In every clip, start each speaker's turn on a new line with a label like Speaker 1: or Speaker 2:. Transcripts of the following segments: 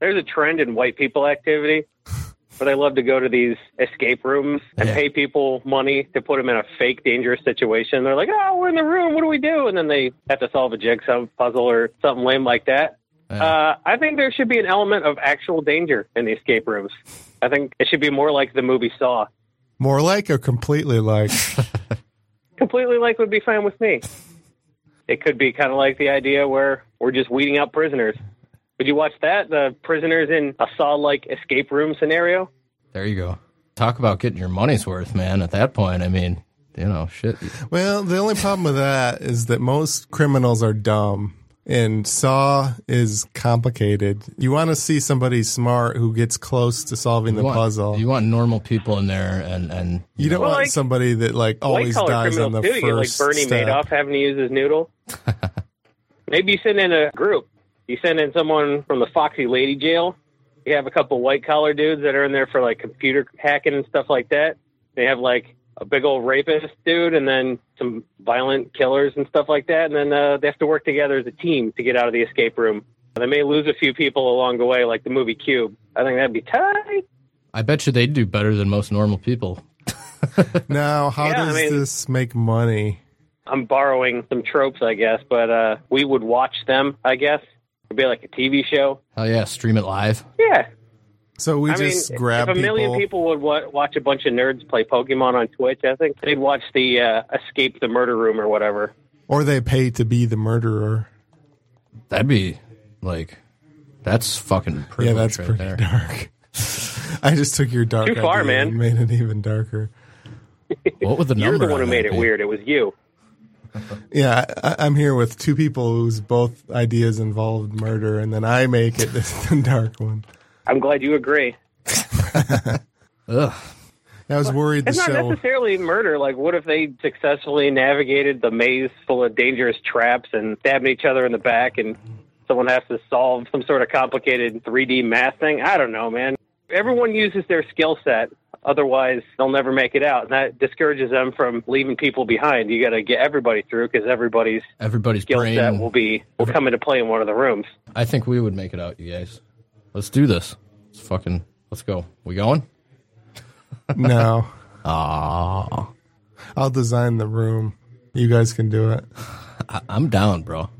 Speaker 1: there's a trend in white people activity where they love to go to these escape rooms and
Speaker 2: Yeah.
Speaker 1: pay people money to put them in a fake dangerous situation. They're like, oh, we're in the room. What do we do? And then they have to solve a jigsaw puzzle or something lame like that.
Speaker 2: Yeah.
Speaker 1: Uh, I think there should be an element of actual danger in the escape rooms. I think it should be more like the movie Saw.
Speaker 3: More like or completely like?
Speaker 1: completely like would be fine with me. It could be kind of like the idea where we're just weeding out prisoners. Would you watch that? The prisoners in a saw like escape room scenario?
Speaker 2: There you go. Talk about getting your money's worth, man. At that point, I mean, you know, shit.
Speaker 3: well, the only problem with that is that most criminals are dumb. And Saw is complicated. You want to see somebody smart who gets close to solving the
Speaker 2: You want-
Speaker 3: puzzle.
Speaker 2: You want normal people in there, and and
Speaker 3: You don't
Speaker 1: Well,
Speaker 3: want
Speaker 1: like,
Speaker 3: somebody that like
Speaker 1: White
Speaker 3: always
Speaker 1: collar
Speaker 3: dies on
Speaker 1: criminals too.
Speaker 3: the first
Speaker 1: You get like Bernie
Speaker 3: step.
Speaker 1: Madoff having to use his noodle. Maybe you send in a group. You send in someone from the Foxy Lady Jail. You have a couple white collar dudes that are in there for like computer hacking and stuff like that. They have like a big old rapist dude and then some violent killers and stuff like that. And then uh, they have to work together as a team to get out of the escape room. They may lose a few people along the way, like the movie Cube. I think that'd be tight.
Speaker 2: I bet you they'd do better than most normal people.
Speaker 3: Now, how
Speaker 1: Yeah, I
Speaker 3: does
Speaker 1: mean-
Speaker 3: this make money?
Speaker 1: I'm borrowing some tropes, I guess, but uh, we would watch them, I guess. It'd be like a TV show.
Speaker 2: Hell yeah, stream it live.
Speaker 1: Yeah.
Speaker 3: So we
Speaker 1: I mean,
Speaker 3: just grab
Speaker 1: if a million people would wa- watch a bunch of nerds play Pokemon on Twitch, I think they'd watch the uh, Escape the Murder Room or whatever.
Speaker 3: or they pay to be the murderer.
Speaker 2: That'd be like, that's fucking
Speaker 3: Yeah,
Speaker 2: privilege
Speaker 3: that's
Speaker 2: right
Speaker 3: pretty
Speaker 2: there.
Speaker 3: dark. I just took your dark
Speaker 1: Too far,
Speaker 3: idea
Speaker 1: man.
Speaker 3: and made it even darker.
Speaker 2: What would the number?
Speaker 1: You're the one who
Speaker 2: on that
Speaker 1: made it
Speaker 2: be?
Speaker 1: weird. It was you.
Speaker 3: Yeah, I, I'm here with two people whose both ideas involved murder, and then I make it the dark one.
Speaker 1: I'm glad you agree.
Speaker 2: Ugh.
Speaker 3: I was worried the
Speaker 1: It's not
Speaker 3: show.
Speaker 1: necessarily murder. Like, what if they successfully navigated the maze full of dangerous traps and stabbing each other in the back, and someone has to solve some sort of complicated 3D math thing? I don't know, man. Everyone uses their skill set. Otherwise, they'll never make it out. And that discourages them from leaving people behind. You got to get everybody through because everybody's
Speaker 2: Everybody's
Speaker 1: skill
Speaker 2: brain.
Speaker 1: set will be will come into play in one of the rooms.
Speaker 2: I think we would make it out, you guys. Let's do this. Let's fucking. Let's go. We going?
Speaker 3: No,
Speaker 2: Ah,
Speaker 3: I'll design the room. You guys can do it.
Speaker 2: I'm down, bro.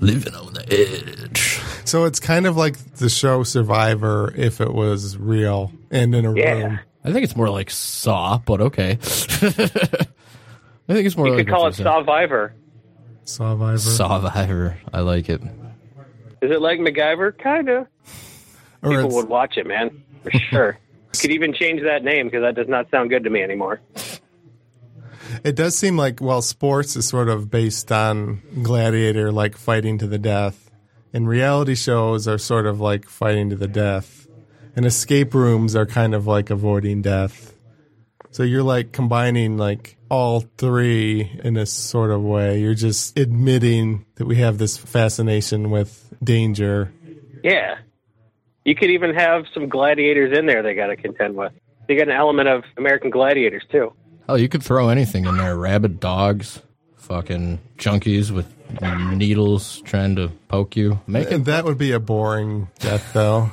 Speaker 2: Living on the edge.
Speaker 3: So it's kind of like the show Survivor if it was real and in a
Speaker 1: Yeah.
Speaker 3: room.
Speaker 2: I think it's more like Saw, but okay. I think it's more
Speaker 1: You
Speaker 2: like
Speaker 1: could call
Speaker 2: what
Speaker 1: it
Speaker 2: you said.
Speaker 1: Survivor.
Speaker 3: Survivor.
Speaker 2: Survivor. I like it.
Speaker 1: Is it like MacGyver? Kinda.
Speaker 3: or
Speaker 1: People
Speaker 3: it's-
Speaker 1: would watch it, man, for sure. Could even change that name because that does not sound good to me anymore.
Speaker 3: It does seem like well, sports is sort of based on gladiator like fighting to the death, and reality shows are sort of like fighting to the death, and escape rooms are kind of like avoiding death. So you're like combining like all three in a sort of way. You're just admitting that we have this fascination with danger.
Speaker 1: Yeah. You could even have some gladiators in there they got to contend with. You got an element of American gladiators, too.
Speaker 2: Hell, Oh, you could throw anything in there. Rabid dogs, fucking junkies with needles trying to poke you. Make it.
Speaker 3: And that would be a boring death though.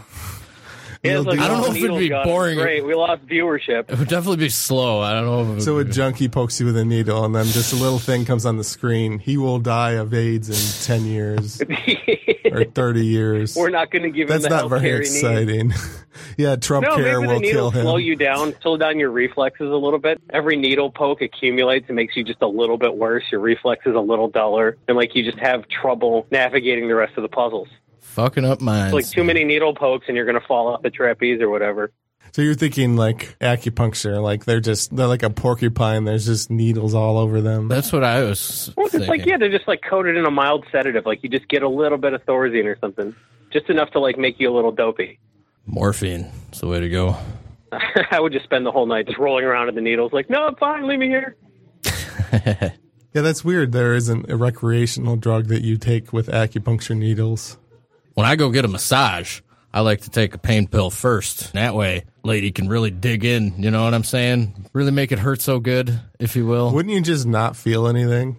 Speaker 1: Yeah, it's
Speaker 3: Needle-
Speaker 2: I don't know
Speaker 1: oh,
Speaker 2: if it'd
Speaker 1: needles
Speaker 2: be
Speaker 1: got us.
Speaker 2: boring.
Speaker 1: Great. We lost viewership.
Speaker 2: It would definitely be slow. I don't know. If it
Speaker 3: So a
Speaker 2: would be-
Speaker 3: junkie pokes you with a needle, and then just a little thing comes on the screen. He will die of AIDS in ten years or thirty years.
Speaker 1: We're not going to give
Speaker 3: That's
Speaker 1: him the
Speaker 3: not
Speaker 1: health care
Speaker 3: very
Speaker 1: he needs.
Speaker 3: exciting. yeah, Trump
Speaker 1: No,
Speaker 3: care
Speaker 1: maybe the
Speaker 3: will kill
Speaker 1: needle
Speaker 3: him.
Speaker 1: slow you down, slow down your reflexes a little bit. Every needle poke accumulates and makes you just a little bit worse. Your reflexes a little duller, and like you just have trouble navigating the rest of the puzzles.
Speaker 2: fucking up minds.
Speaker 1: It's like too many needle pokes, and you're going to fall off the trapeze or whatever.
Speaker 3: So you're thinking like acupuncture, like they're just they're like a porcupine. There's just needles all over them.
Speaker 2: That's what I was
Speaker 1: Well, it's
Speaker 2: thinking.
Speaker 1: just like yeah, they're just like coated in a mild sedative. Like you just get a little bit of Thorazine or something, just enough to like make you a little dopey.
Speaker 2: Morphine is the way to go.
Speaker 1: I would just spend the whole night just rolling around in the needles, like no, I'm fine, leave me here.
Speaker 3: yeah, that's weird. There isn't a recreational drug that you take with acupuncture needles.
Speaker 2: When I go get a massage, I like to take a pain pill first. That way, lady can really dig in. You know what I'm saying? Really make it hurt so good, if you will.
Speaker 3: Wouldn't you just not feel anything?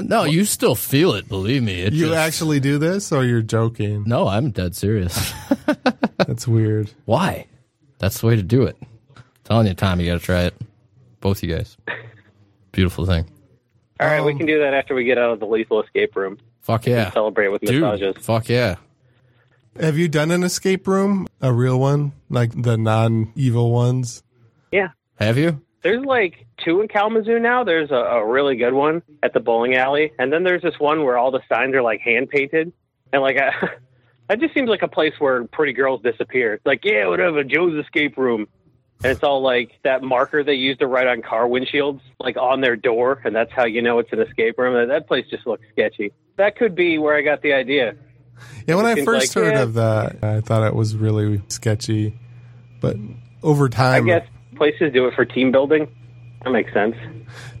Speaker 2: no, you still feel it. Believe me. It
Speaker 3: You
Speaker 2: just-
Speaker 3: actually do this, or you're joking?
Speaker 2: No, I'm dead serious.
Speaker 3: That's weird.
Speaker 2: Why? That's the way to do it. telling you, Tom, you got to try it. Both you guys. Beautiful thing.
Speaker 1: All right,
Speaker 3: Um,
Speaker 1: we can do that after we get out of the lethal escape room.
Speaker 2: Fuck yeah.
Speaker 1: Celebrate with massages.
Speaker 2: Dude, fuck yeah.
Speaker 3: Have you done an escape room? A real one? Like the non evil ones?
Speaker 1: Yeah.
Speaker 2: Have you?
Speaker 1: There's like two in Kalamazoo now. There's a, a really good one at the bowling alley, and then there's this one where all the signs are like hand painted, and like I, that just seems like a place where pretty girls disappear. It's like yeah, whatever, Joe's escape room, and it's all like that marker they used to write on car windshields, like on their door, and that's how you know it's an escape room. That- That place just looks sketchy. That could be where I got the idea.
Speaker 3: Yeah, when I
Speaker 1: seems
Speaker 3: first
Speaker 1: like
Speaker 3: heard
Speaker 1: it.
Speaker 3: of that, I thought it was really sketchy. But over
Speaker 1: I
Speaker 3: time,
Speaker 1: guess places do it for team building. That makes sense.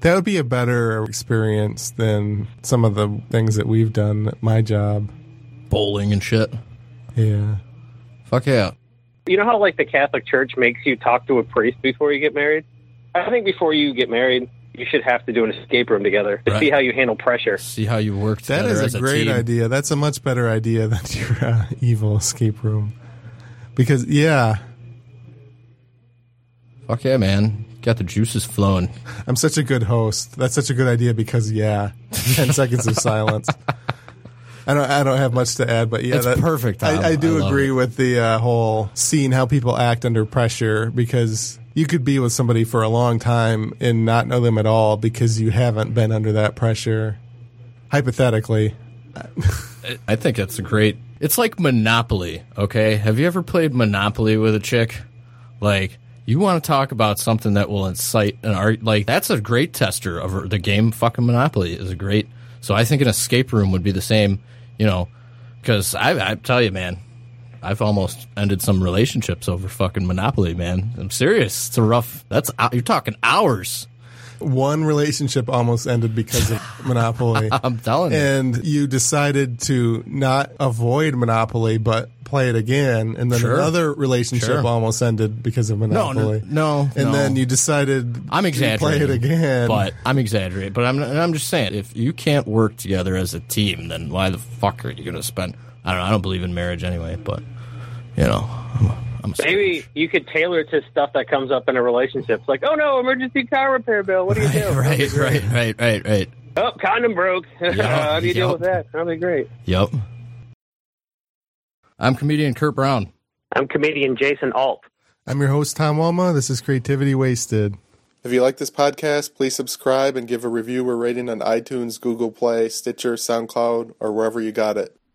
Speaker 3: that would be a better experience than some of the things that we've done at my job.
Speaker 2: Bowling and shit.
Speaker 3: Yeah.
Speaker 2: Fuck yeah.
Speaker 1: you know how like the Catholic Church makes you talk to a priest before you get married? I think before you get married, you should have to do an escape room together to
Speaker 2: Right.
Speaker 1: see how you handle pressure.
Speaker 2: See how you work
Speaker 3: That
Speaker 2: together
Speaker 3: is
Speaker 2: as
Speaker 3: a great
Speaker 2: team.
Speaker 3: idea. That's a much better idea than your uh, evil escape room. Because, yeah,
Speaker 2: Fuck yeah, man. Got the juices flowing.
Speaker 3: I'm such a good host. That's such a good idea because, yeah, 10 seconds of silence. I don't, I don't have much to add, but yeah,
Speaker 2: That's
Speaker 3: that-
Speaker 2: perfect, Tom.
Speaker 3: I, I do
Speaker 2: I love
Speaker 3: agree
Speaker 2: it.
Speaker 3: with the uh, whole seeing how people act under pressure because you could be with somebody for a long time and not know them at all because you haven't been under that pressure. Hypothetically,
Speaker 2: I think that's a great. It's like Monopoly, okay? Have you ever played Monopoly with a chick? Like, you want to talk about something that will incite an art. Like, that's a great tester of the game. Fucking Monopoly is a great. So I think an escape room would be the same, you know, because I, I tell you, man, I've almost ended some relationships over fucking Monopoly, man. I'm serious. It's a rough. That's you're talking hours.
Speaker 3: one relationship almost ended because of Monopoly.
Speaker 2: I'm telling you.
Speaker 3: and you decided to not avoid Monopoly but play it again, and then
Speaker 2: Sure.
Speaker 3: another relationship
Speaker 2: Sure.
Speaker 3: almost ended because of Monopoly.
Speaker 2: no,
Speaker 3: and
Speaker 2: no.
Speaker 3: then you decided
Speaker 2: I'm
Speaker 3: to play
Speaker 2: exaggerating.
Speaker 3: it again.
Speaker 2: But I'm exaggerating. But I'm I'm just saying, if you can't work together as a team, then why the fuck are you going to spend? I don't. know, I don't believe in marriage anyway. But you know, I'm a, I'm a
Speaker 1: Maybe you could tailor it to stuff that comes up in a relationship. It's like, oh no, emergency car repair bill. What do you do?
Speaker 2: right, right, right, right, right.
Speaker 1: Oh, condom broke. how do you deal
Speaker 2: yup.
Speaker 1: with that? That'd be great.
Speaker 2: Yep. I'm comedian Kurt Brown.
Speaker 1: I'm comedian Jason Alt.
Speaker 3: I'm your host Tom Walma. This is Creativity Wasted. If you like this podcast, please subscribe and give a review or rating on iTunes, Google Play, Stitcher, SoundCloud, or wherever you got it.